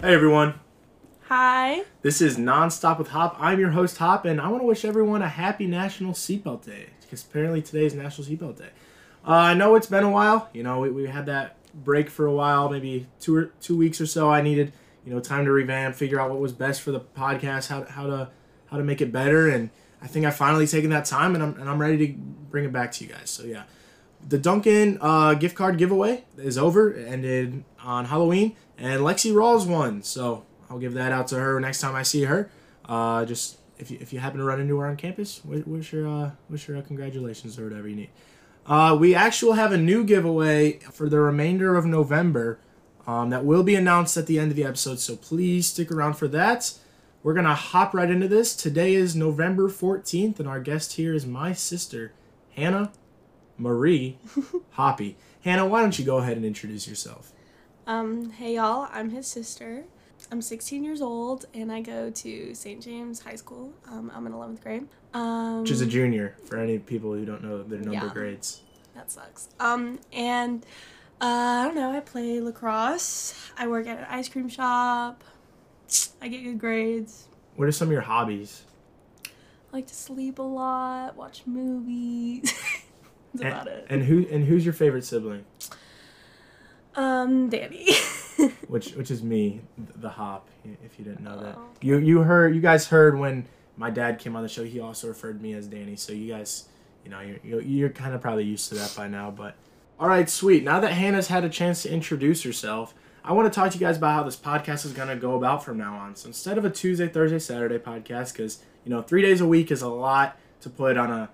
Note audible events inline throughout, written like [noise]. Hey everyone, Hi. this is Nonstop with Hop. I'm your host Hop, and I want to wish everyone a happy National Seatbelt Day because apparently today is National Seatbelt Day. Uh, I know it's been a while. You know, we, we had that break for a while, maybe two or two weeks or so. I needed you know time to revamp, figure out what was best for the podcast, how to, how to how to make it better, and I think I finally taken that time, and I'm and I'm ready to bring it back to you guys. So yeah. The Duncan uh, gift card giveaway is over. It ended on Halloween, and Lexi Rawls won. So I'll give that out to her next time I see her. Uh, just if you, if you happen to run into her on campus, wi- wish her uh, wish her uh, congratulations or whatever you need. Uh, we actually have a new giveaway for the remainder of November um, that will be announced at the end of the episode. So please stick around for that. We're gonna hop right into this. Today is November fourteenth, and our guest here is my sister, Hannah [laughs] Marie Hoppy. Hannah, why don't you go ahead and introduce yourself? Um, hey y'all, I'm his sister. I'm 16 years old and I go to St. James High School. Um, I'm in 11th grade. Um, She's a junior. For any people who don't know their number Yeah. grades. that sucks. Um, and uh, I don't know, I play lacrosse. I work at an ice cream shop. I get good grades. What are some of your hobbies? I like to sleep a lot, watch movies. [laughs] That's And- about it. And who and who's your favorite sibling? Um, Danny. [laughs] Which which is me, th- the Hop. If you didn't know that, Oh. you you heard you guys heard when my dad came on the show. He also referred me as Danny. So you guys, you know, you're you're, you're kind of probably used to that by now. But all right, sweet. Now that Hannah's had a chance to introduce herself, I want to talk to you guys about how this podcast is gonna go about from now on. So instead of a Tuesday, Thursday, Saturday podcast, because you know three days a week is a lot to put on a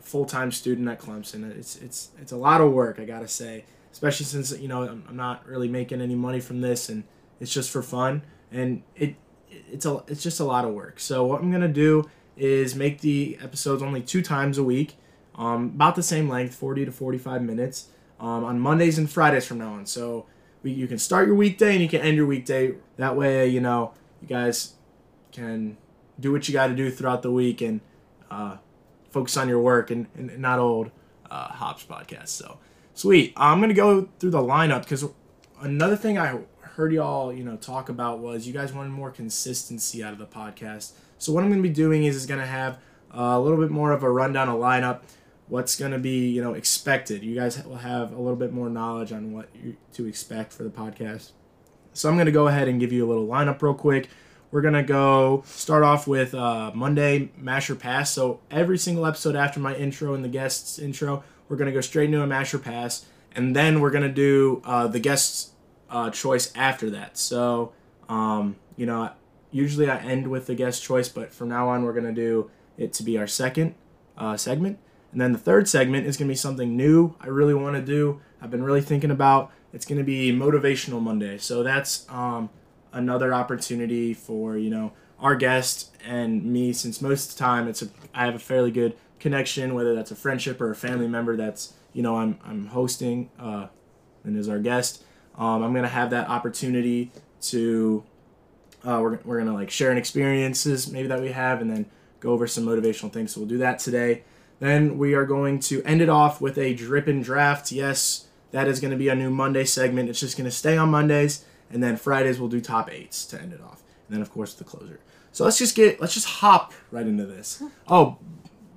full time student at Clemson. It's it's it's a lot of work, I gotta say. Especially since you know I'm, I'm not really making any money from this, and it's just for fun. And it it's a it's just a lot of work. So what I'm gonna do is make the episodes only two times a week, um, about the same length, 40 to 45 minutes, um, on Mondays and Fridays from now on. So we, you can start your weekday and you can end your weekday. That way, you know you guys can do what you got to do throughout the week and uh, focus on your work and, and not old uh, hops podcast so sweet i'm gonna go through the lineup because another thing i heard y'all you know talk about was you guys wanted more consistency out of the podcast so what i'm gonna be doing is is gonna have uh, a little bit more of a rundown of lineup what's gonna be you know expected you guys will have a little bit more knowledge on what you, to expect for the podcast so I'm going to go ahead and give you a little lineup real quick. We're going to go start off with uh, Monday Mash or Pass. So every single episode after my intro and the guest's intro, we're going to go straight into a Mash or Pass. And then we're going to do uh, the guest's uh, choice after that. So, um, you know, usually I end with the guest choice, but from now on, we're going to do it to be our second uh, segment. And then the third segment is going to be something new I really want to do. I've been really thinking about. It's going to be Motivational Monday. So that's um, another opportunity for, you know, our guest and me since most of the time it's a, I have a fairly good connection whether that's a friendship or a family member that's, you know, I'm I'm hosting uh, and is our guest. Um, I'm going to have that opportunity to uh, we're, we're gonna like share an experiences maybe that we have and then go over some motivational things so we'll do that today then we are going to end it off with a drip and draft yes that is going to be our new monday segment it's just going to stay on mondays and then fridays we'll do top eights to end it off and then of course the closer so let's just get let's just hop right into this oh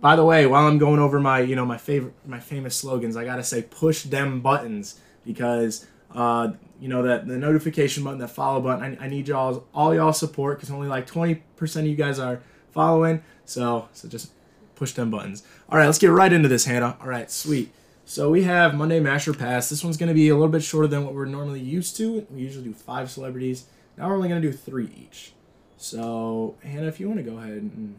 by the way, while I'm going over my you know my favorite my famous slogans, I gotta say push them buttons because uh, you know that the notification button, the follow button. I, I need y'all all y'all support because only like 20% of you guys are following. So so just push them buttons. All right, let's get right into this, Hannah. All right, sweet. So we have Monday Masher Pass. This one's gonna be a little bit shorter than what we're normally used to. We usually do five celebrities. Now we're only gonna do three each. So Hannah, if you want to go ahead and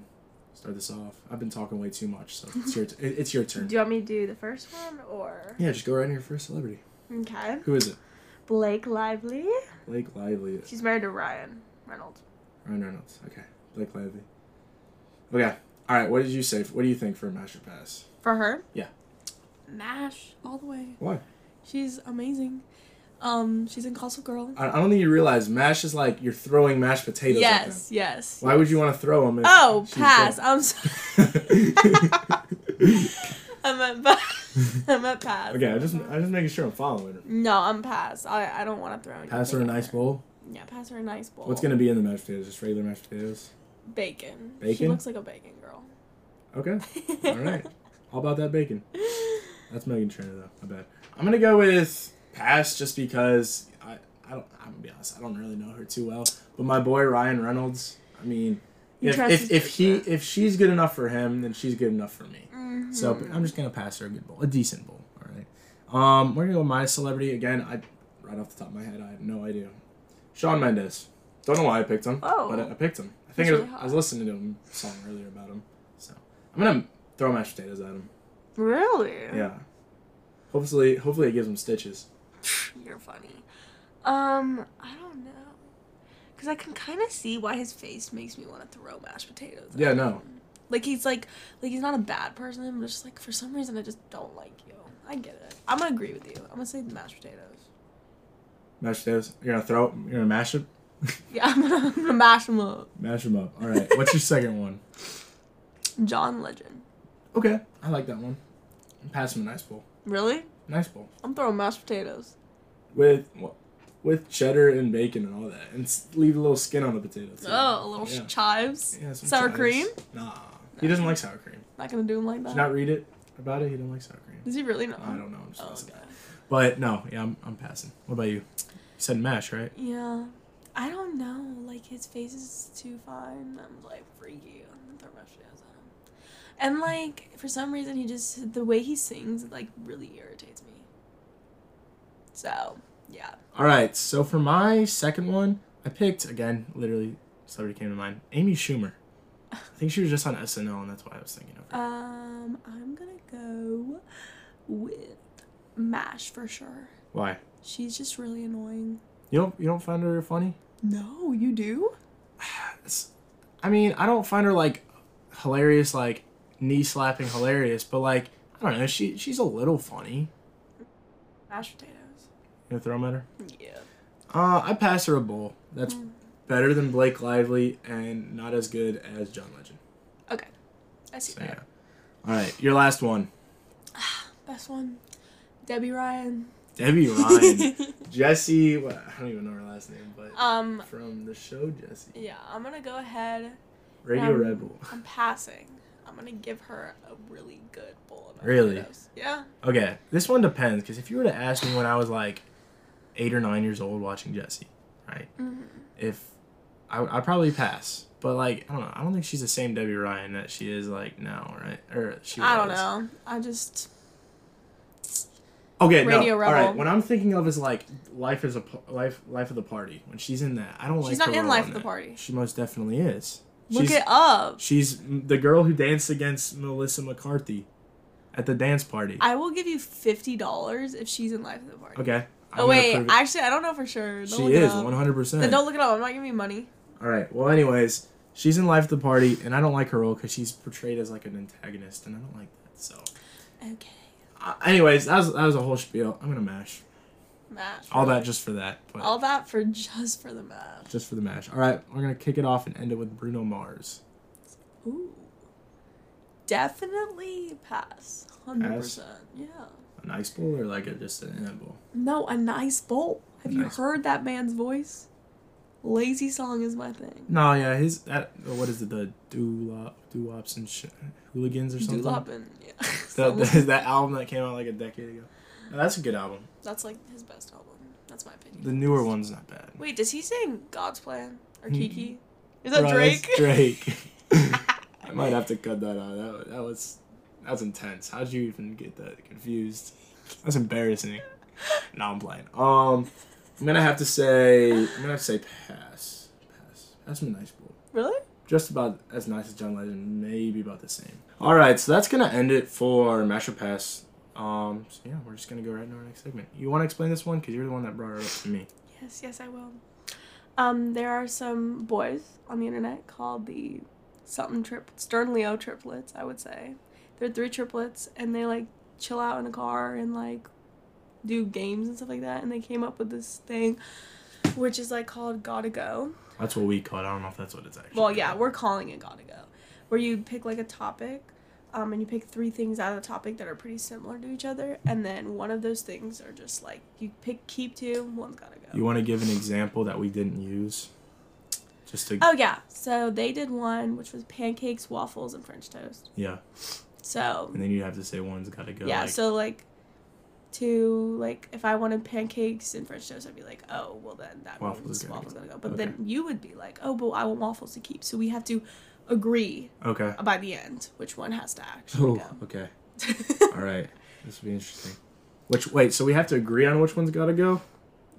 start this off. I've been talking way too much, so it's your t- it- it's your turn. Do you want me to do the first one or? [laughs] Yeah, just go right in here for a celebrity. Okay. Who is it? Blake Lively. Blake Lively. She's married to Ryan Reynolds. Ryan Reynolds. Okay, Blake Lively. Okay. All right. What did you say? What do you think for Master Pass? For her? Yeah. Mash all the way. Why? She's amazing. Um, she's in Castle Girl. I, I don't think you realize mash is like you're throwing mashed potatoes. At them. Yes, yes. Why would you want to throw them? If Oh, she's [laughs] pass. dead? I'm sorry. [laughs] I'm at pass. [laughs] I'm at pass. okay, I'm just I'm just making sure I'm following her. No, I'm pass. I, I don't want to throw anything. Pass her a nice bowl. Yeah, pass her a nice bowl. What's gonna be in the mashed potatoes? Just regular mashed potatoes. bacon? She Bacon? looks like a bacon girl. Okay. All [laughs] right. All about that bacon. Mm-hmm. That's Megan Trainor though. I bet. I'm gonna go with pass just because I I don't I'm gonna be honest I don't really know her too well. But my boy Ryan Reynolds. I mean, You if trust if, his if he judgment. if she's good enough for him, then she's good enough for me. Mhm. So I'm just gonna pass her a good bowl, a decent bowl. All right. Um, we're gonna go with my celebrity again. I right off the top of my head, I have no idea. Sean Mendes. Don't know why I picked him, Oh. but I, I picked him. I think That's I, was, really I was listening to him song earlier about him, so I'm gonna throw mashed potatoes at him. really? Yeah. Hopefully, hopefully it gives him stitches. [sighs] You're funny. Um, I don't know. Cause I can kind of see why his face makes me want to throw mashed potatoes. at Yeah, him. no. Like he's like, like he's not a bad person, but just like for some reason I just don't like you. I get it. I'm gonna agree with you. I'm gonna say the mashed potatoes. [laughs] Mashed potatoes. You're gonna throw. You're gonna mash it. Yeah, I'm gonna, I'm gonna mash them up. Mash them up. All right. What's your second [laughs] one? John Legend. Okay, I like that one. Pass him a nice bowl. Really? Nice bowl. I'm throwing mashed potatoes. with with cheddar and bacon and all that, and s- leave a little skin on the potato. too. Oh, a little sh Yeah. chives. Yeah, some Sour chives. cream? Nah, he doesn't like sour cream. Not gonna do him like Did that. you not read it about it? He didn't like sour cream. Does he really not? I don't know. I'm just Oh, messing. okay. But no, yeah, I'm, I'm passing. What about you? You said mash, right? Yeah. I don't know. Like his face is too fine. I'm like freaky. I'm gonna throw mashed potatoes at him. And like for some reason he just the way he sings like really irritates me. So yeah. All right. So for my second one, I picked again. Literally, celebrity came to mind. Amy Schumer. I think she was just on SNL, and that's why I was thinking of her. Um, I'm gonna go with Mash for sure. Why? She's just really annoying. You don't you don't find her funny? No, you do? It's- I mean, I don't find her like hilarious, like knee slapping hilarious, but like I don't know, she she's a little funny. Mashed potatoes. You know, throw 'em at her. Yeah. Uh, I pass her a bowl. That's Mm, better than Blake Lively and not as good as John Legend. Okay. I see So that. yeah. All right, your last one, Best one. Debbie Ryan. Debbie [laughs] Ryan, Jesse. Well, I don't even know her last name, but [laughs] um from the show Jesse, yeah, I'm gonna go ahead. Radio Um, Red Bull. I'm passing. I'm gonna give her a really good bowl of mashed Really? potatoes. Yeah. Okay, this one depends because if you were to ask me when I was like eight or nine years old watching Jesse, right? If I, I'd probably pass, but like I don't know, I don't think she's the same Debbie Ryan that she is like now, right? Or she. I don't was. know. I just Okay, no. Radio All right, Rebel. what I'm thinking of is like life is a p- life life of the party. When she's in that, I don't like. She's her not in role Life of that. the Party. She most definitely is. look she's, it up. She's the girl who danced against Melissa McCarthy at the dance party. I will give you fifty dollars if she's in Life of the Party. okay. I'm oh gonna wait, prove it. actually I don't know for sure. Don't look she it is up. 100. percent Then don't look it up. I'm not giving you money. All right. Well, anyways, she's in Life at the Party, and I don't like her role because she's portrayed as like an antagonist, and I don't like that. So, Okay. uh, anyways, that was that was a whole spiel. I'm gonna mash Mash. all that just for that, but All that for just for the mash. just for the mash. All right, we're gonna kick it off and end it with Bruno Mars. Ooh. Definitely pass. Hundred Pass? percent. Yeah. A nice bowl or like a, just an end bowl? No, a nice bowl. Have you Nice. heard that man's voice? Lazy song is my thing. No, yeah, his that what is it the doo wops and sh- hooligans or something? Dulapin, yeah. [laughs] That, Someone- [laughs] that, that album that came out like a decade ago. No, that's a good album. That's like his best album. That's my opinion. The newer one's not bad. Wait, does he sing God's Plan or Kiki? Is that Bro, that's Drake? Hmm. Drake. [laughs] I might have to cut that out. That, wa- that was that's intense. How'd you even get that confused? That's embarrassing. No, I'm playing. Um, I'm gonna have to say I'm gonna have to say pass, pass. That's a nice bowl. [laughs] really? Just about as nice as John Legend, maybe about the same. All right, so that's gonna end it for Mash or Pass. Um, so yeah, we're just gonna go right into our next segment. You want to explain this one because you're the one that brought it up to me. Yes, yes, I will. Um, there are some boys on the internet called the something trip Stern Leo triplets. I would say they're three triplets, and they like chill out in a car and like do games and stuff like that. And they came up with this thing, which is like called Gotta Go. That's what we call it. I don't know if that's what it's actually. Well, yeah, we're calling it Gotta Go, where you pick like a topic, um, and you pick three things out of the topic that are pretty similar to each other, and then one of those things are just like you pick keep two, one's gotta go. You want to give an example that we didn't use? Just to Oh yeah, so they did one which was pancakes, waffles, and French toast. yeah, So and then you have to say one's got to go. yeah, like, so like to like if I wanted pancakes and French toast, I'd be like, oh well then that Waffles means is gonna waffles go. gonna go. But Okay. then you would be like, oh but I want waffles to keep. So we have to agree okay. by the end which one has to [laughs] actually Oh, okay. [laughs] go. [laughs] All right. This will be interesting. Which wait, so we have to agree on which one's got to go?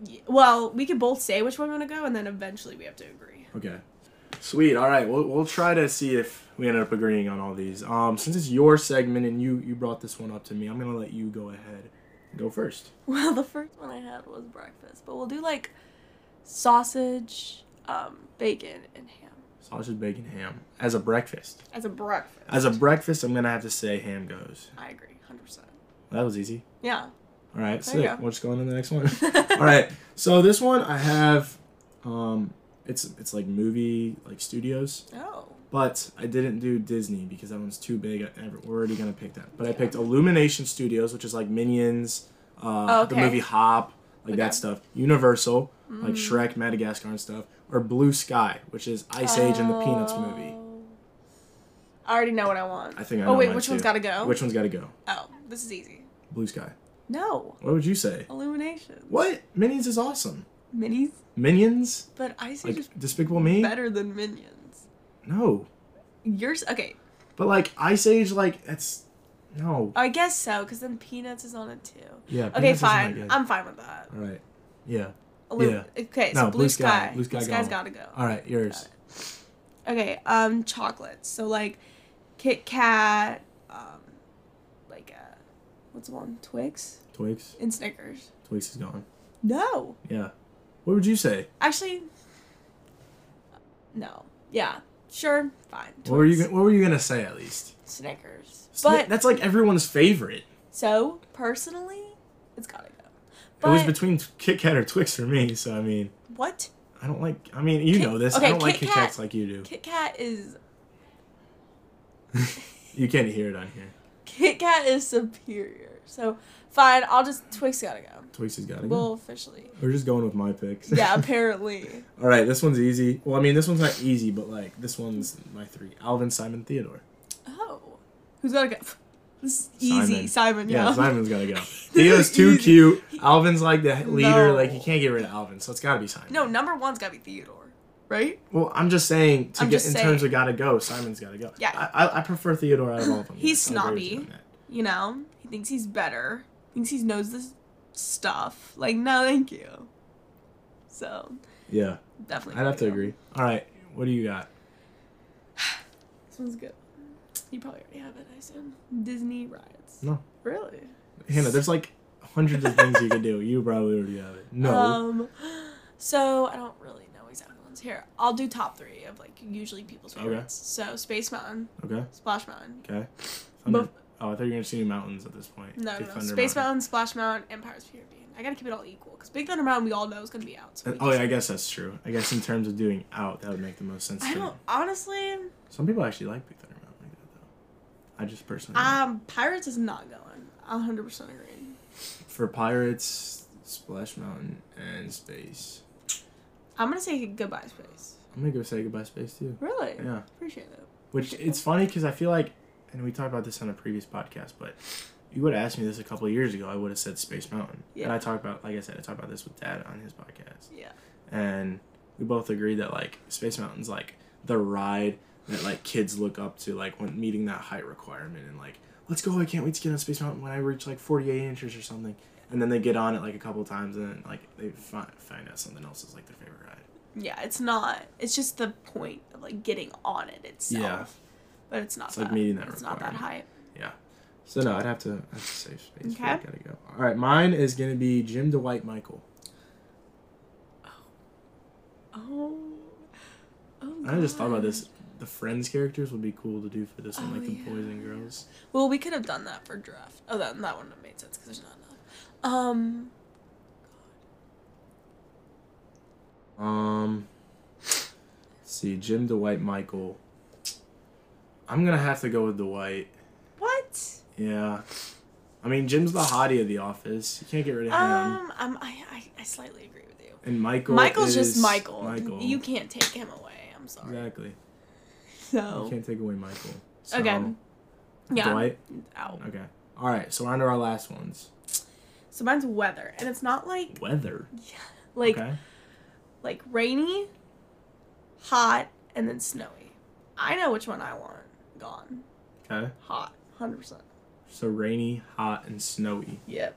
Yeah, well, we could both say which one we want to go, and then eventually we have to agree. [laughs] Okay. Sweet. All right. We'll, we'll try to see if we ended up agreeing on all these. Um, since it's your segment and you you brought this one up to me, I'm gonna let you go ahead. Go first. Well, the first one I had was breakfast, but we'll do like sausage, um, bacon, and ham Sausage, bacon, ham as a breakfast. as a breakfast. As a breakfast, I'm gonna have to say ham goes. I agree, hundred percent. That was easy. Yeah. All right. There you Sick. go. We're just going on to the next one. [laughs] All right. So this one I have, um, it's it's like movie like studios. [laughs] Oh. But I didn't do Disney because that one's too big. I- I- We're already gonna pick that. But I picked Illumination Studios, which is like Minions, uh, Oh, the okay. movie Hop, like Okay. Mm. that stuff. Universal, like Shrek, Madagascar, and stuff. Or Blue Sky, which is Ice Age and the Peanuts movie. Oh. I already know what I want. I think I oh know wait, mine which one's too. got to go? Which one's gotta go? Oh, this is easy. Blue Sky. No, What would you say? Oh. Illumination. What? Minions is awesome. Minis? Minions, But Ice Age like is Despicable Me. better than Minions. No, Yours? Okay, but like Ice Age, like that's no. I guess so, because then Peanuts is on it too. Yeah. Okay, Peanuts isn't that fine. good. I'm fine with that. All right. Yeah. Illu- Okay, so No, blue, Blue Sky. sky. Blue Sky got has one. got to go. All right. Yours. Okay, um, chocolates. So like, Kit Kat, um, like uh, what's the one? Twix Twigs. and Snickers. Twigs is gone. No, Yeah. What would you say? actually, no. Yeah, sure, fine. What were you Twix, gon- What were you gonna say at least? Snickers. Sni- But that's like everyone's favorite. so personally, it's gotta go. it was But between T- Kit Kat or Twix for me. So I mean, what? I don't like. I mean, you Kit- know this. I okay, don't like Kit Kit Kats Kat- like you do. [laughs] Kit Kat is You can't hear it on here. Kit Kat is superior. So fine, I'll just Twix gotta go. Twix has got to Well, go. officially, We're just going with my picks. [laughs] yeah, apparently. All right. This one's easy. Well, I mean, this one's not easy, but like this one's my three: Alvin, Simon, Theodore. Oh, who's gotta go? [laughs] This is Simon. easy, Simon. Yeah, Yeah, Simon's got to go. is Theo's too easy. cute. Alvin's like the leader. No. Like you can't get rid of Alvin, so it's got to be Simon. [laughs] No, number one's gotta be Theodore, right? Well, I'm just saying to I'm get just in terms saying. of gotta go, Simon's gotta go. Yeah. I, I, I prefer Theodore out of all of them. He's yes, I agree with you snobby. on that. You know, he thinks he's better. Thinks he knows this stuff. Like, no, thank you. So Yeah, definitely. I'd have to Theodore. agree. All right, what do you got? This one's good. You probably already have it, I assume. Disney riots. No. Really? Hannah, there's like hundreds of things you could do. You probably already have it. No. Um, so I don't really know exact ones. Here, I'll do top three of like usually people's Okay. favorites. So Space Mountain, okay. Splash Mountain. Okay. Thunder. Bef- oh, I thought you were gonna see mountains at this point. No, Big no, no. Thunder Space Mountain, Splash Mountain, and Pirates of the Caribbean. I gotta keep it all equal because Big Thunder Mountain we all know is gonna be out. So we Uh, Oh just- yeah, I guess that's true. I guess in terms of doing out, that would make the most sense. I to me. don't honestly. Some people actually like Big Thunder Mountain like that though. I just personally don't. Um, Pirates is not going. I 100% agree. for pirates, Splash Mountain, and space. I'm gonna say goodbye, Space. I'm gonna go say goodbye space too. Really? Yeah. Appreciate it. Which it's funny because I feel like, and we talked about this on a previous podcast, but you would have asked me this a couple of years ago, I would have said Space Mountain. And Yeah. I talked about, like I said, I talked about this with Dad on his podcast, Yeah. and we both agreed that like Space Mountain's like the ride that like kids look up to, like when meeting that height requirement, and like let's go, I can't wait to get on Space Mountain when I reach like 48 inches or something. And then they get on it like a couple of times, and then like they find find out something else is like their favorite ride. Yeah. It's not. It's just the point of like getting on it itself. Yeah. But it's not. It's like that- meeting that It's not that high. So no, I'd have to, I'd have to say space. Okay. Okay. Gotta go. All right, mine is gonna be Jim Dwight Michael. Oh. oh And I just thought about God. this. The Friends characters would be cool to do for this one, Oh, like the yeah. boys and girls. Well, we could have done that for draft. Oh, that that wouldn't have made sense because there's not enough. Um, Um, let's see, Jim Dwight Michael. I'm gonna have to go with Dwight. what? Yeah, I mean Jim's the hottie of the office. You can't get rid of him. Um, I'm, Um, I, I I slightly agree with with you. And Michael. Michael's just is Michael. Michael. You can't take him away. I'm sorry. exactly. You So can't take away Michael. So, again, Oh. yeah. Dwight. Out. Okay. All right. So we're on to our last ones. So mine's weather, and it's not like Weather. like okay. like rainy, hot, and then snowy. I know which one I want. Gone. Okay. Hot. Hundred percent. So rainy, hot, and snowy. Yep.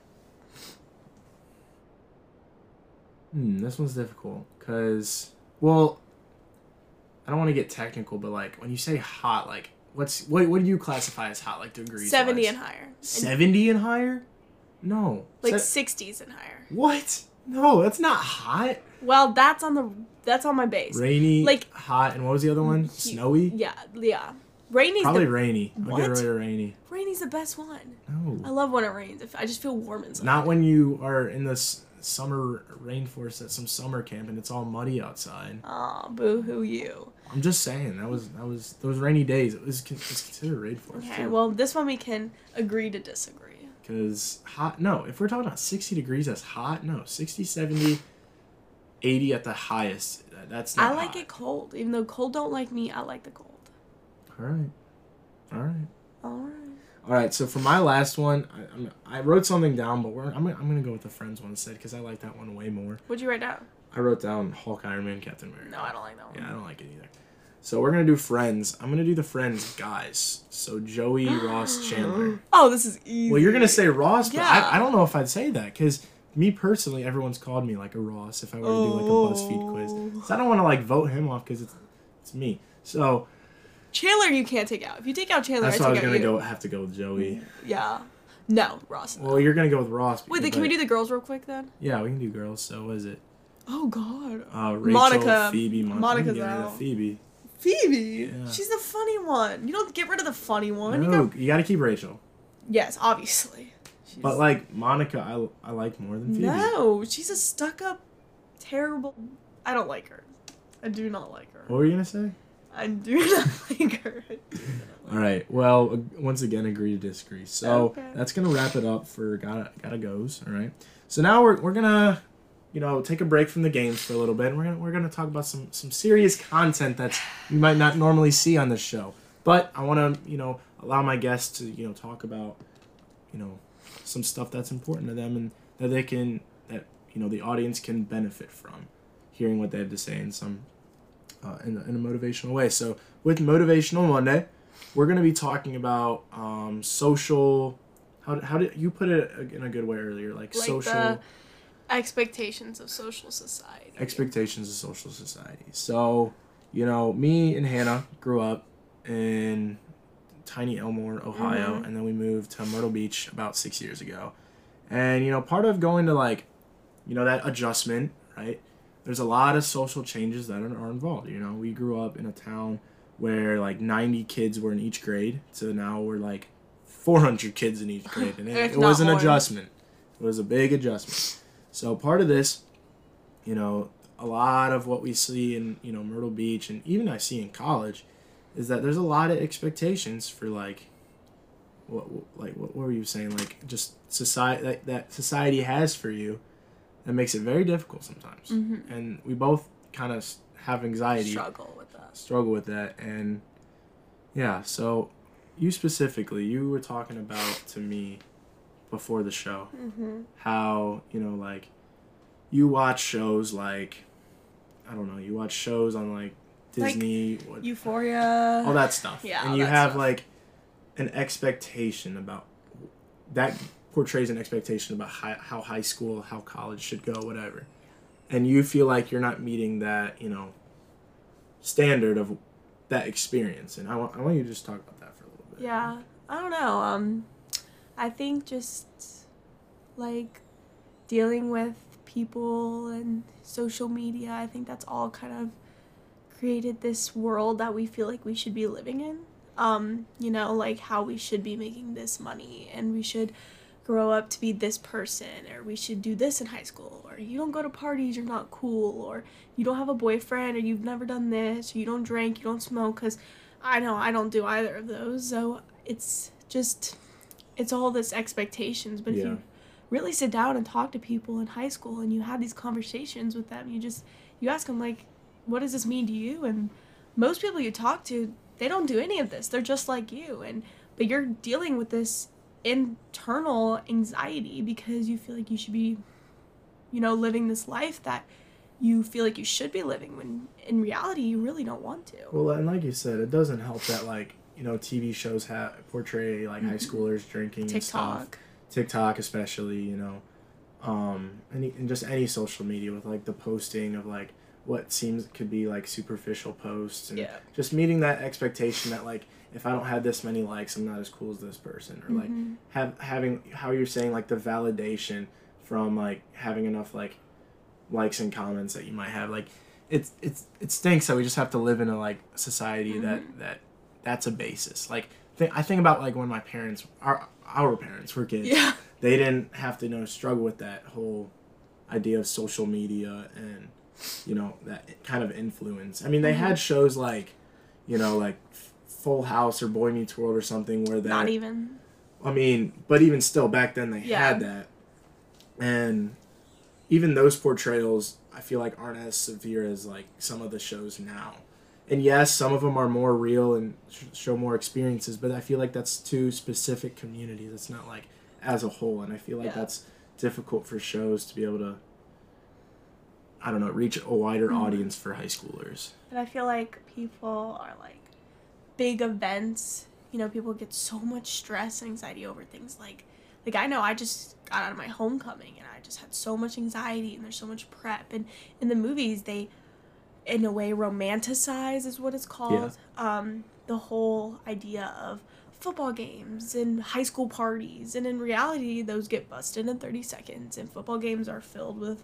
Hmm. This one's difficult because well, I don't want to get technical, but like when you say hot, like what's what what do you classify as hot? Like degrees. Seventy wise? and higher. And, Seventy and higher. No. like Se- sixties and higher. what? No, that's not hot. Well, that's on the that's on my base. Rainy, Like- hot, and what was the other one? He- Snowy. Yeah, yeah. Rainy's Probably the rainy. I'll What? get rid of rainy. rainy's the best one. I No, love when it rains. If- I just feel warm inside. not when you are in this summer rainforest at some summer camp and it's all muddy outside. Aw, boo hoo you. I'm just saying that was that was those rainy days. It was, con- it's considered rainforest Okay, well, this one we can agree to disagree. because hot. No, if we're talking about 60 degrees, that's hot. No, 60, 70, 80 at the highest. That- That's not I like hot. it cold. Even though cold don't like me, I like the cold. All right, all right. All right. All right, so for my last one, I, I'm, I wrote something down, but we're, I'm, gonna- I'm gonna go with the friends one instead because I like that one way more. What'd you write down? I wrote down Hulk, Iron Man, Captain America. No, I don't like that one. Yeah, I don't like it either. So we're gonna do friends. I'm gonna do the friends guys. So Joey, Ross, Chandler. Oh, this is easy. Well, you're gonna say Ross, but Yeah. I, I don't know if I'd say that because me personally, everyone's called me like a Ross if I were to do like a BuzzFeed Oh. quiz. So I don't want to like vote him off because it's it's me. So Chandler, you can't take out. If you take out Chandler, that's I why I was take gonna out you. go have to go with Joey. Yeah. No, Ross. Well, you're gonna go with Ross. Wait, because- can we but- do the girls real quick then? Yeah, we can do girls. So what is it? Oh God. Uh, Rachel, Monica. Phoebe, Mon- Monica's I'm gonna get rid of out. Phoebe. Phoebe. Yeah. She's the funny one. You don't get rid of the funny one. You No, got- you gotta keep Rachel. Yes, obviously. She's... But like Monica, I, I like more than Phoebe. No, she's a stuck up, terrible. I don't like her. I do not like her. What were you gonna say? I do [laughs] not like her. I do not like All right. Well, ag- once again, agree to disagree. So Okay. that's gonna wrap it up for gotta gotta goes. All right. So now we're, we're gonna, you know, take a break from the games for a little bit. And we're gonna we're gonna talk about some some serious content that you might not normally see on this show. But I want to you know allow my guests to you know talk about, you know, some stuff that's important to them and that they can that you know the audience can benefit from, hearing what they have to say in some, uh, in a, in a motivational way. So with motivational Monday we're going to be talking about um, social. How, how did you put it in a good way earlier? Like, Like social the- Expectations of social society. expectations of social society. So, you know, me and Hannah grew up in tiny Elmore, Ohio, Mm-hmm. and then we moved to Myrtle Beach about six years ago. And, you know, part of going to like, you know, that adjustment, right? There's a lot of social changes that are, are involved. You know, we grew up in a town where like 90 kids were in each grade. So now we're like 400 kids in each grade. [laughs] And it, If it was not an more. adjustment, it was a big adjustment. So part of this you know a lot of what we see in you know myrtle beach and even i see in college is that there's a lot of expectations for like what what- like what, what were you saying like just society that, that society has for you that makes it very difficult sometimes Mhm. and we both kind of have anxiety Struggle with that. struggle with that and yeah so you specifically you were talking about to me before the show Mm-hmm. how you know like you watch shows like I don't know, you watch shows on like Like, Disney, what, Euphoria. all that stuff, yeah, all and you that have stuff. like an expectation about that portrays an expectation about hi- how high school, how college should go, whatever, and you feel like you're not meeting that you know standard of that experience, and I want I want you to just talk about that for a little bit. Yeah, I don't know. Um, I think just like dealing with people and social media, I think that's all kind of created this world that we feel like we should be living in. Um, you know, like how we should be making this money and we should grow up to be this person or we should do this in high school or you don't go to parties, you're not cool or you don't have a boyfriend or you've never done this or you don't drink, you don't smoke cuz I know I don't do either of those. So it's just it's all this expectations, but if Yeah. you really sit down and talk to people in high school and you have these conversations with them. You just you ask them like, what does this mean to you? And most people you talk to, they don't do any of this. They're just like you and but you're dealing with this internal anxiety because you feel like you should be you know living this life that you feel like you should be living when in reality you really don't want to. Well, and like you said, it doesn't help that like you know TV shows have portray like high schoolers drinking and stuff. Mm-hmm. TikTok. TikTok especially, you know, um, any and just any social media with like the posting of like what seems could be like superficial posts and Yeah. just meeting that expectation that like if I don't have this many likes, I'm not as cool as this person, or like Mhm. have having how you're saying like the validation from like having enough like likes and comments that you might have like it's it's it stinks that we just have to live in a like society Mm-hmm. that that that's a basis like th- i think about like when my parents our our parents were kids Yeah. [laughs] they didn't have to you know struggle with that whole idea of social media and you know that kind of influence i mean Mm-hmm. they had shows like you know like F- full house or boy meets world or something where that Not even. I mean, but even still, back then they Yeah. had that, and even those portrayals, I feel like aren't as severe as like some of the shows now. And yes, some of them are more real and sh- show more experiences, but I feel like that's two specific communities. It's not like as a whole, and I feel like Yeah. that's difficult for shows to be able to. I don't know, reach a wider Mm-hmm. audience for high schoolers. And I feel like people are like big events, you know, people get so much stress and anxiety over things like like I know I just got out of my homecoming and I just had so much anxiety and there's so much prep and in the movies they in a way romanticize is what it's called. Um the whole idea of football games and high school parties and in reality those get busted in 30 seconds and football games are filled with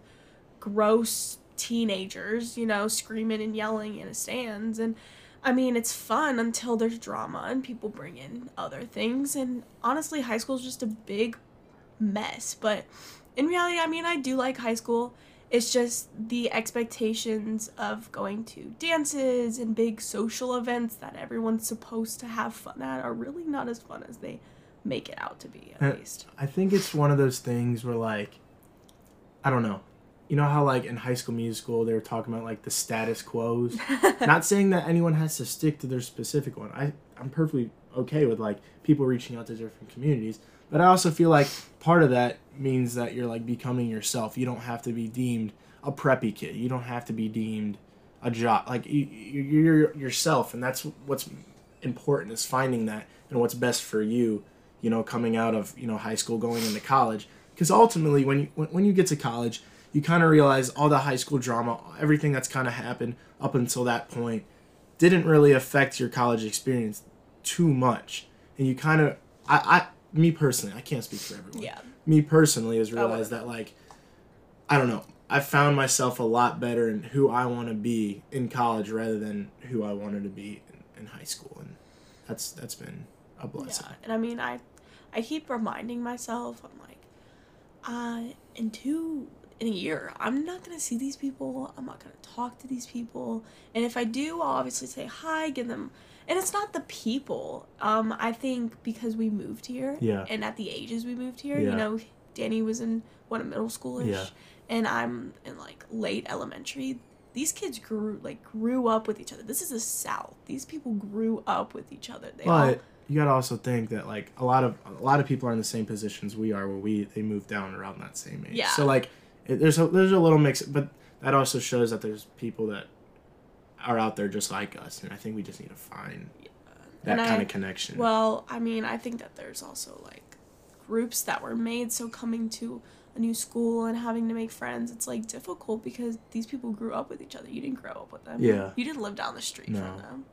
gross teenagers, you know, screaming and yelling in the stands. And I mean, it's fun until there's drama and people bring in other things. And honestly, high school's just a big mess. But in reality, I mean, I do like high school. It's just the expectations of going to dances and big social events that everyone's supposed to have fun at are really not as fun as they make it out to be, Uh, at least. I think it's one of those things where like I don't know. You know how like in high school musical they were talking about like the status [laughs] quos? Not saying that anyone has to stick to their specific one. I, I'm perfectly okay with like people reaching out to different communities. But I also feel like part of that means that you're like becoming yourself. You don't have to be deemed a preppy kid. You don't have to be deemed a job. Like you, you- you're yourself, and that's what's important is finding that and what's best for you you know, coming out of you know high school, going into college. Because ultimately, when you when, when you get to college, you kind of realize all the high school drama, everything that's kind of happened up until that point, didn't really affect your college experience too much, and you kind of, I, I, me personally, I can't speak for everyone. Yeah. Oh, Me personally has wouldn't. realized that like, I don't know, I found myself a lot better in who I want to be in college rather than who I wanted to be in, in high school, and that's that's been a blessing. Yeah, and I mean, I, I keep reminding myself, I'm like, uh, in two, in a year, I'm not gonna see these people. I'm not gonna talk to these people. And if I do, I'll obviously say hi, give them. And it's not the people. Um, I think because we moved here. Yeah. And at the ages we moved here, Yeah. you know, Danny was in what a middle schoolish, Yeah. and I'm in like late elementary. These kids grew like grew up with each other. This is the South. These people grew up with each other. They all But you gotta also think that like a lot of a lot of people are in the same positions we are, where we they moved down around that same age. Yeah. So like, it, there's a there's a little mix, but that also shows that there's people that are out there just like us, and I think we just need to find that And I- kind of connection. Well, I mean, I think that there's also like groups that were made, so coming to a new school and having to make friends, it's like difficult because these people grew up with each other. You didn't grow up with them. Yeah. You didn't live down the street No. from them.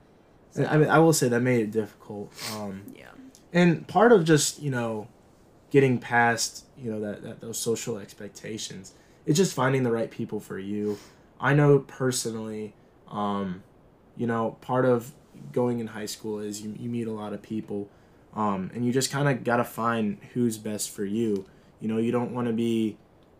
And I mean, I will say that made it difficult. Um, Yeah. and part of just you know getting past you know that, that those social expectations it's just finding the right people for you i know personally um you know part of going in high school is you, you meet a lot of people um and you just kind of gotta find who's best for you you know you don't want to be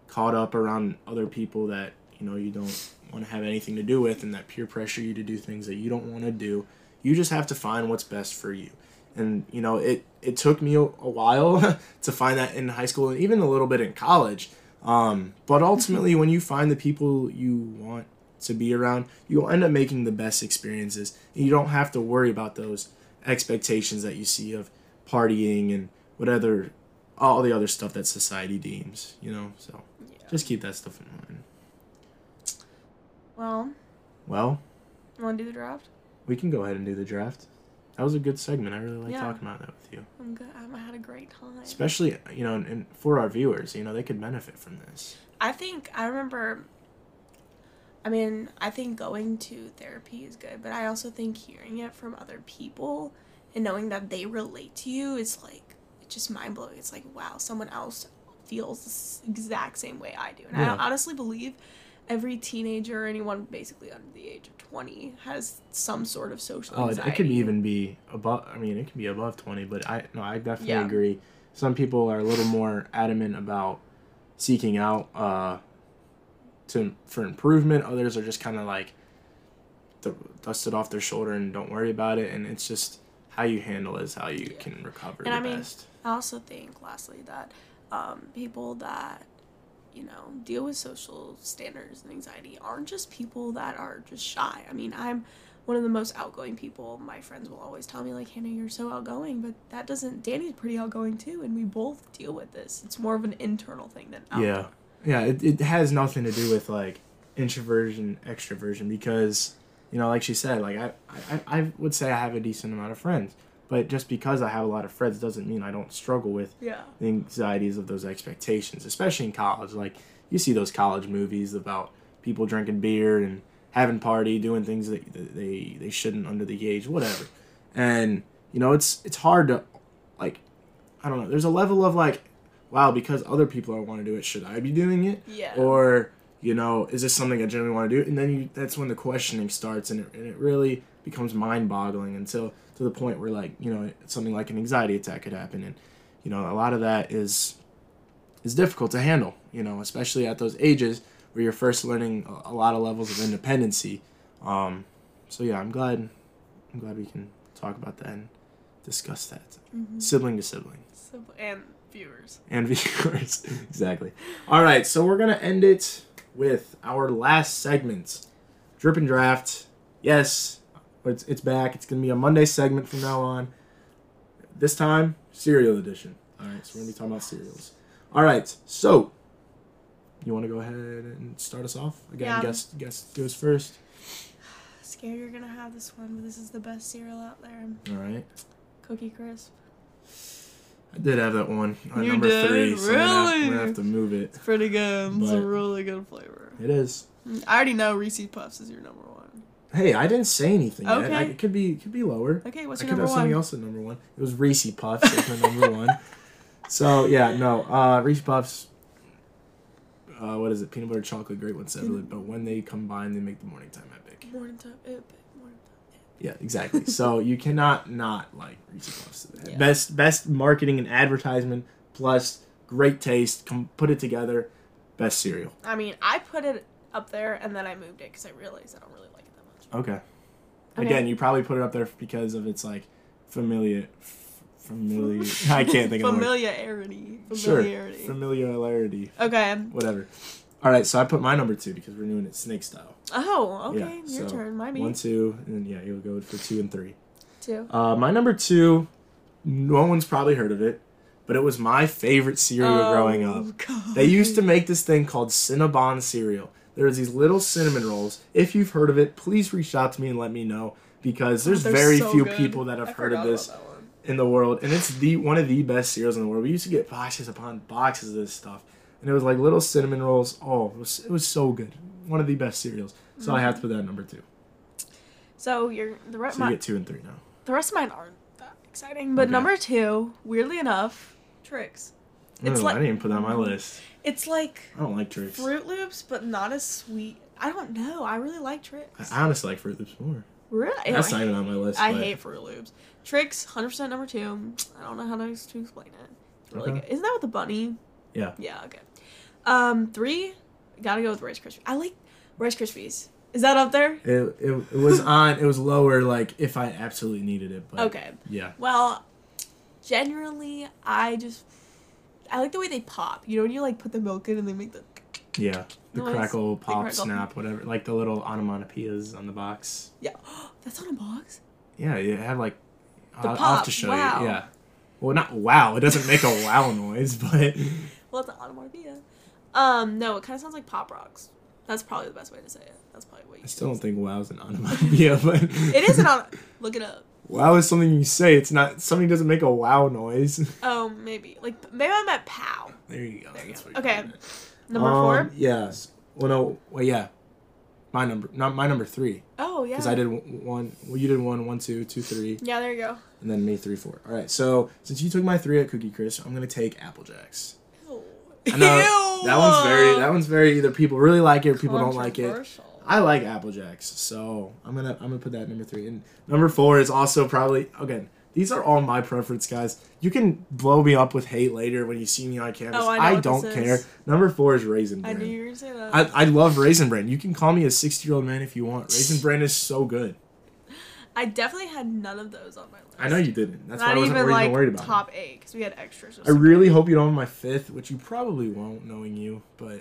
caught up around other people that you know you don't want to have anything to do with and that peer pressure you to do things that you don't want to do you just have to find what's best for you and you know it it took me a, a while [laughs] to find that in high school and even a little bit in college um, but ultimately when you find the people you want to be around you'll end up making the best experiences and you don't have to worry about those expectations that you see of partying and whatever all the other stuff that society deems you know so Yeah. just keep that stuff in mind Well, well you want to do the draft? we can go ahead and do the draft that was a good segment i really like Yeah. talking about that with you I'm good. I'm- I had a great time. especially you know and, and for our viewers you know they could benefit from this I think I remember. I mean, I think going to therapy is good, but I also think hearing it from other people and knowing that they relate to you is like it's just mind blowing. It's like wow, someone else feels the s- exact same way I do, and Yeah. I honestly believe every teenager, or anyone basically under the age of twenty, has some sort of social. oh it, anxiety. it could even be above i mean it could be above 20 but i no i definitely Yeah. agree some people are a little more adamant about seeking out uh to for improvement others are just kind of like th- dust it off their shoulder and don't worry about it and it's just how you handle is how you Yeah. can recover And the I mean, best I also think, lastly, that um, people that you know deal with social standards and anxiety aren't just people that are just shy. I mean, I'm one of the most outgoing people. My friends will always tell me, like, Hannah, you're so outgoing, but that doesn't. Danny's pretty outgoing too, and we both deal with this. It's more of an internal thing than out. Yeah. Yeah, it, it has nothing to do with like introversion, extroversion because you know, like she said, like I, I, I would say I have a decent amount of friends. But just because I have a lot of friends doesn't mean I don't struggle with Yeah. the anxieties of those expectations, especially in college. Like you see those college movies about people drinking beer and having party, doing things that that they they shouldn't under the age, whatever. And you know, it's it's hard to like I don't know. There's a level of like, wow, because other people are want to do it, should I be doing it? Yeah. Or you know, is this something I genuinely want to do? And then you, that's when the questioning starts, and it, and it really becomes mind-boggling until to the point where like you know something like an anxiety attack could happen, and you know a lot of that is is difficult to handle. You know, especially at those ages where you're first learning a, a lot of levels of independency. Um, so yeah, I'm glad I'm glad we can talk about that and discuss that Mhm. sibling to sibling So, and viewers. and [laughs] viewers. exactly. All right, so we're gonna end it with our last segment, drip and draft. Yes, it's it's back. It's gonna be a Monday segment from now on. This time, cereal edition. All right, so we're gonna be talking about cereals. All right, so you want to go ahead and start us off again? Yeah. Guess guess goes first. Scared you're gonna have this one, but this is the best cereal out there. All right, Cookie Crisp. I did have that one on You number did? three, so we're gonna, have, we're Really? gonna have to move it. It's pretty good. It's It's a a But- really good flavor. It is. Mm, I already know Reese's Puffs is your number one. Hey, I didn't say anything. yet. I, Okay. it could be it could be lower. Okay, what's I your could number have something one? else at number one. It was Reese Puffs as my [laughs] number one. So yeah, no, uh, Reese Puffs. Uh, what is it? Peanut butter chocolate, great one, Mm-hmm. separate. But when they combine, they make the morning time epic. Morning time. eh, eh, morning Yeah, exactly. so you cannot not like Reese Puffs. Yeah. Best best marketing and advertisement plus great taste. Com- put it together, best cereal. time. I mean, I put it up there and then I moved it because I realized I don't really like it that much. Okay. Okay. Uh, Again, you probably put it up there because of its like familiar, f- [laughs] familiar. I can't think of the word. Familiarity. Sure. Familiarity. Familiarity. okay. Whatever. All right, so I put my number two because we're doing it snake style. Oh, okay. Yeah, your so turn. My One, beat. two, and then yeah, you'll go for two and three. Two. Uh, my number two, no one's probably heard of it, but it was my favorite cereal growing up. Oh, [laughs] God. They used to make this thing called Cinnabon cereal. There was these little cinnamon rolls. If you've heard of it, please reach out to me and let me know because there's Oh, They're very so few good. people that have I heard of forgot this about that one. in the world, and it's the one of the best cereals in the world. We used to get boxes upon boxes of this stuff, and it was like little cinnamon rolls. Oh, it was, it was so good. One of the best cereals. So I have to put that at number two. So you're the rest. So you my, get two and three now. the rest of mine aren't that exciting, but Okay. number two, weirdly enough, tricks. It's Ooh, like- I didn't even put that on my list. It's like I don't like Trix. I, Fruit Loops, but not as sweet. I don't know. I really like tricks. I honestly like Fruit Loops more. really? That's I not even on my list. I but- hate Fruit Loops. Tricks, hundred percent number two. I don't know how to, to explain it. It's really Okay. good. Isn't that with the bunny? Yeah. Yeah. Okay. Um, three. Gotta go with Rice Krispies. I like Rice Krispies. Is that up there? It, it, it was on. It was lower. Like if I absolutely needed it, but Okay. yeah. Well, generally, I just I like the way they pop. You know, when you like put the milk in and they make the Yeah, the Nice. crackle, pop, crackle. snap, whatever, like the little onomatopoeias on the box. yeah. [gasps] That's on a box. Yeah, it had like. I'll, The I'll have pop, to show wow. you. Yeah. Well, not wow. It doesn't make a wow noise, [laughs] but Well, it's an onomatopoeia. Um, no, it kind of sounds like pop rocks. That's probably the best way to say it. That's probably what I you. still don't think wow's an onomatopoeia. [laughs] But It is an on. Look it up. wow is something you say. It's not something doesn't make a wow noise. [laughs] Oh, maybe like maybe I meant pow. There you go. There you that's go. what you Okay. call it. Number Um, four. Yes. Well, no. Well, yeah. My number, not my number three, Oh yeah. because I did w- one. Well, you did one, one, two, two, three, Yeah, there you go. and then me three, four. All right. So since you took my three at Cookie Crisp, I'm gonna take Apple Jacks. Ew. I know that one's very. That one's very. Either people really like it or people don't like it. Controversial. I like Apple Jacks, so I'm gonna I'm gonna put that at number three. And number four is also probably again. These are all my preference, guys. You can blow me up with hate later when you see me on campus. Oh, I know I, what don't this care. is. Number four is Raisin I Bran. knew you were gonna say that. I, I love Raisin Bran. You can call me a 60 year old man if you want. [laughs] Raisin Bran is so good. I definitely had none of those on my list. I know you didn't. That's why I Not wasn't even really like worried about top eight because we had extras. it. I really hope you don't have my fifth, which you probably won't, knowing you. But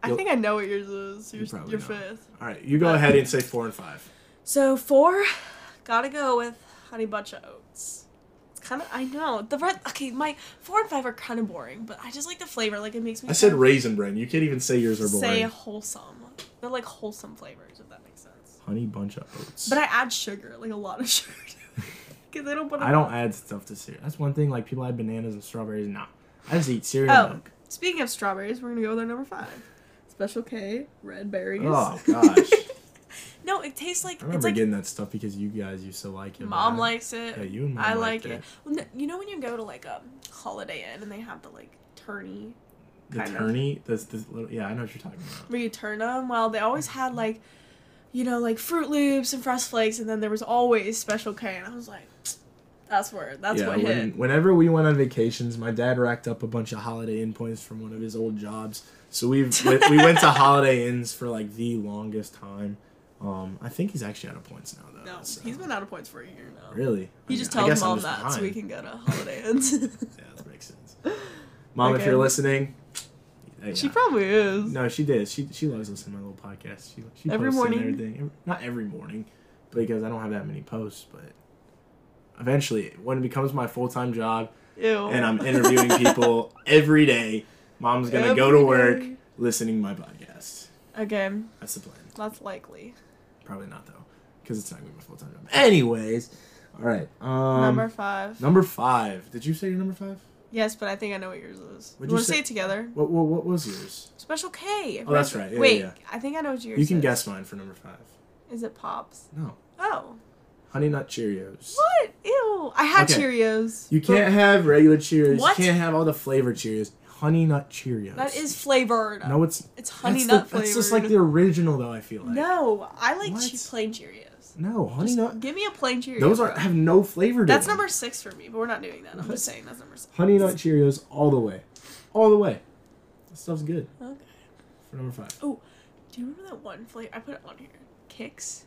I you'll- think I know what yours is. You Yours, probably your know. fifth. all right, you go ahead and say four and five. So four, gotta go with honey buncha oats. It's kind of I know the red. Okay, my four and five are kind of boring, but I just like the flavor. Like it makes me. I said kinda Raisin Bran. You can't even say yours are boring. say wholesome. They're like wholesome flavors, if that makes sense. Honey bunch of oats. But I add sugar, like a lot of [laughs] sugar, [laughs] because they don't put. I don't add stuff to cereal. That's one thing. Like people add bananas and strawberries. Nah, I just eat cereal. Oh. milk. Speaking of strawberries, we're gonna go with our number five. Special K red berries. Oh gosh, [laughs] no, it tastes I like it's remember like getting that stuff because you guys used to like it. mom man. likes it. Yeah, you and mom I liked like it. it. Well, no, you know when you go to like a Holiday Inn and they have the like turny the kind of. tourney. This this little yeah. I know what you're talking about. where you turn them. Well, they always had Mm-hmm. like, you know, like Fruit Loops and Frosted Flakes, and then there was always Special K, and I was like, that's where that's what hit. when- whenever we went on vacations, my dad racked up a bunch of Holiday Inn points from one of his old jobs. So [laughs] we've we, we went to Holiday Inns for like the longest time. Um, I think he's actually out of points now though. no, so- he's been out of points for a year now. really. You just I tell guess I'm mom just that so we behind. can go to Holiday [laughs] Inns. Yeah, that makes sense. Mom, if Okay. you're listening, uh, yeah. [laughs] She probably is. no, she did. She she loves listening to my little podcast. She she Every posts morning. and everything. Every- not every morning, because I don't have that many posts, but. Eventually, when it becomes my full time job, Ew. and I'm [laughs] interviewing people every day. Mom's gonna go Every to work day. listening to my podcast. okay, That's the plan. that's likely. Probably not though, because it's not gonna be my full time job. Anyways, all right. Um, number five. number five. Did you say your number five? Yes, but I think I know what yours What'd is. you you want to say- say it together? What what, what was yours? Special K. Oh, that's right. Yeah, Wait, yeah, I think I know what yours is. You can guess mine for number five. Is it Pops? No, Oh. Honey Nut Cheerios. What? Ew. I had Okay. Cheerios. You but can't have regular Cheerios. What? You can't have all the flavored Cheerios. Honey Nut Cheerios. That is flavored. no, it's It's honey that's the- nut flavored. That's just like the original though. I feel like No, I like What? che- plain Cheerios. no honey Just nut. give me a plain Cheerio. Those are bro. have no flavor. to That's them. number six for me, but we're not doing that. I'm just saying that's number six. Honey Nut Cheerios all the way, all the way. That stuff's good Okay. for number five. Do you remember that one flavor? I put it on here. Kicks.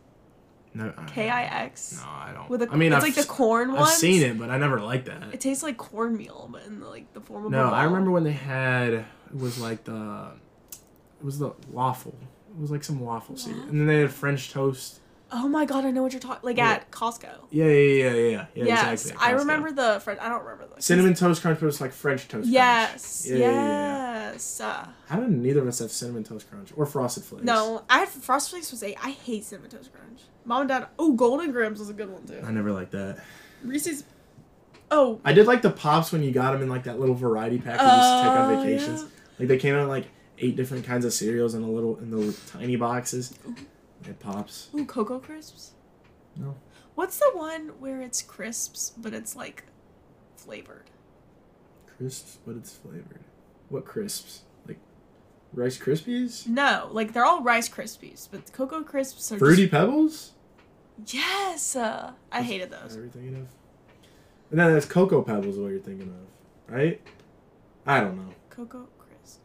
No, K I X. No, I don't. With a, I mean, it's I've, like the corn one. I've seen it, but I never liked It that. tastes like cornmeal, but in the, like the form of a No, I ball. remember when they had it was like the, it was the waffle. It was like some waffle cereal, and then they had French toast. Oh my god, I know what you're talking. Like Yeah. at Costco. Yeah, yeah, yeah, yeah, yeah. yeah yes, exactly. I Costco. remember the French. I don't remember the cinnamon toast crunch, but it's like French toast. Crunch. Yes, Yeah, yeah, yeah, yes. Uh, How did neither of us have cinnamon toast crunch or frosted flakes? no, I had Frosted Flakes was eight. I hate cinnamon toast crunch. Mom and dad. Oh, Golden Grams was a good one too. I never liked that. Reese's. Oh. I did like the pops when you got them in like that little variety pack that you Oh, used to take on vacations. Like they came out in like eight different kinds of cereals in a little in the tiny boxes. They had pops. Ooh, Cocoa Crisps. No. What's the one where it's crisps but it's like flavored? Crisps, but it's flavored. What crisps? Like Rice Krispies? No, like they're all Rice Krispies, but Cocoa Crisps are just- Fruity Pebbles? Yes, uh, I hated those. Are you thinking of? And then that's Cocoa Pebbles what you're thinking of, right? I don't know. Cocoa Crisp.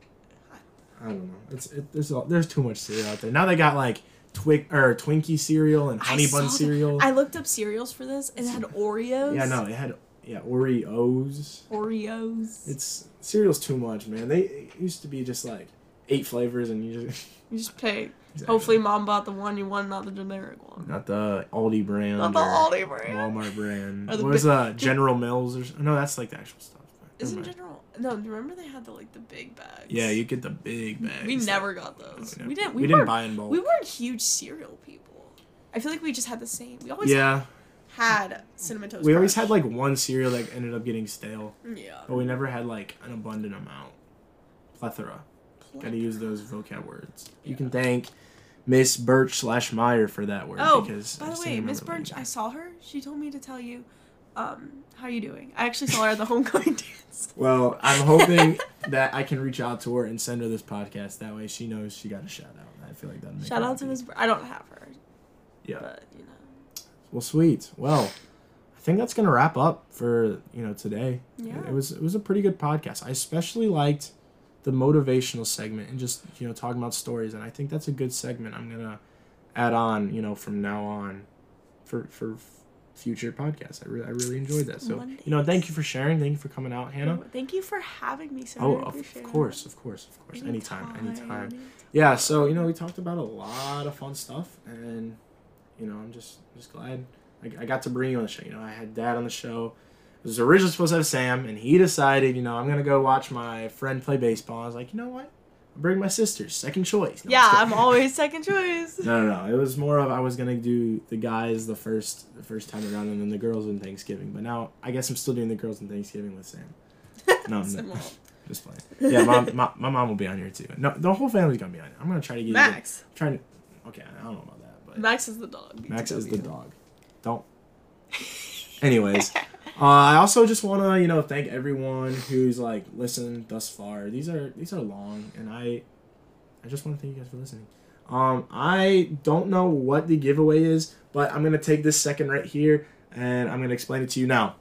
I don't know. It's it, there's all, there's too much cereal out there. Now they got like Twig or Twinkie cereal and I honey saw bun that. cereal. I looked up cereals for this. It had Oreos. yeah, no, it had yeah Oreos. Oreos. It's cereal's too much, man. They it used to be just like eight flavors, and you just [laughs] you just pay. Exactly. Hopefully, mom bought the one you want, not the generic one. not the Aldi brand, Not the or Aldi brand. Walmart brand. Or the what was big- that? General Mills or s- no? That's like the actual stuff. Never Isn't mind. general? No, do you remember they had the like the big bags? Yeah, you get the big bags. We like- never got those. No, We didn't. We, We, didn't weren't, buy in bulk. We weren't huge cereal people. I feel like we just had the same. We always yeah, had cinnamon toast. we always Crunch. had like one cereal that ended up getting stale, yeah. but we never had like an abundant amount. Plethora. Gotta use those vocab words. You can thank Miss Birch slash Meyer for that word. Oh, because I By the just way, didn't Miss remember Birch, the I name. saw her. She told me to tell you, um, how you doing? I actually saw her at the homecoming [laughs] dance. Well, I'm [laughs] hoping that I can reach out to her and send her this podcast. That way, she knows she got a shout out. I feel like that. Shout out to Miss. Bur- I don't have her. Yeah. But you know. Well, sweet. Well, I think that's gonna wrap up for you know today. Yeah. It, it was it was a pretty good podcast. I especially liked the motivational segment and just you know talking about stories, and I think that's a good segment. I'm gonna add on you know from now on for for f- future podcasts. I really I really enjoyed that. So you know, thank you for sharing. Thank you for coming out, Hannah. Thank you for having me, sir. Oh, I of, of appreciate it. course, of course, of course. Anytime, anytime. Anytime. Yeah, so you know, we talked about a lot of fun stuff, and you know, I'm just just glad I, I got to bring you on the show. You know, I had Dad on the show. I was originally supposed to have Sam, and he decided, you know, I'm gonna go watch my friend play baseball. I was like, you know what? I'll bring my sisters, second choice. No, Yeah, just I'm kidding. always second choice. [laughs] No, no, no. It was more of I was gonna do the guys the first the first time around, and then the girls in Thanksgiving. But now I guess I'm still doing the girls in Thanksgiving with Sam. [laughs] [laughs] No, I'm Simone. not. Just playing. Yeah, my, my, my mom will be on here too. No, the whole family's gonna be on here. I'm gonna try to get you to- Max. trying to. Okay, I don't know about that, but Max is the dog. Max is [laughs] the dog. Don't. Anyways, uh, I also just want to you know thank everyone who's like listened thus far. These are these are long, and I I just want to thank you guys for listening. Um, I don't know what the giveaway is, but I'm gonna take this second right here and I'm gonna explain it to you now.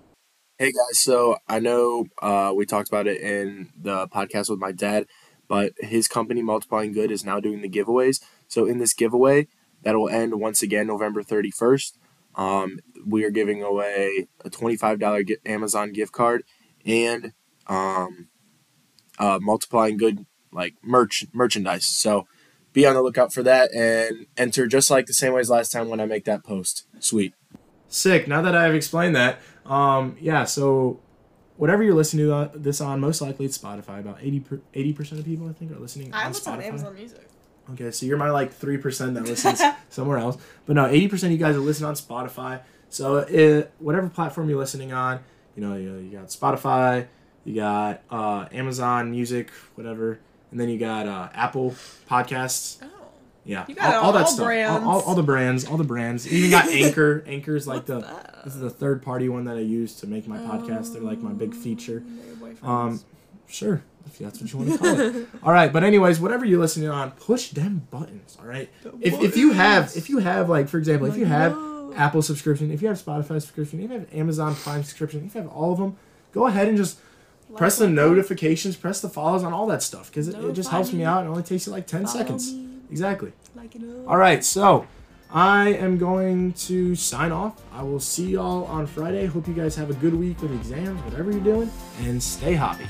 Hey guys, so I know uh, we talked about it in the podcast with my dad, but his company Multiplying Good is now doing the giveaways. So in this giveaway, that will end once again November 31st. Um, we are giving away a $25 gi- Amazon gift card and um, uh, multiplying good like merch merchandise. So be on the lookout for that and enter just like the same way as last time when I make that post. Sweet. Sick. Now that I've explained that, um, yeah, so whatever you're listening to uh, this on, most likely it's Spotify. About 80 percent of people, I think, are listening I on was Spotify. on Amazon Music. Okay, so you're my like three percent that [laughs] listens somewhere else, but no, eighty percent of you guys are listening on Spotify. So it, whatever platform you're listening on, you know you, you got Spotify, you got uh, Amazon Music, whatever, and then you got uh, Apple Podcasts. Oh. Yeah, You got all brands. All, all, all the brands, all the brands. You even [laughs] got Anchor. Anchor's like the What's this is the third party one that I use to make my podcast. They're like my big feature. Um, Sure, if that's what you want to call it. All right, but anyways, whatever you're listening on, push them buttons. All right. If, if you have, if you have, like for example, if you have Apple subscription, if you have Spotify subscription, if you have Amazon Prime subscription, if you have all of them, go ahead and just press the notifications, press the follows on all that stuff because it, it just Notify helps me me. out. and only takes you like ten seconds. Exactly. Like it up. All right, so I am going to sign off. I will see y'all on Friday. Hope you guys have a good week with exams, whatever you're doing, and stay hoppy.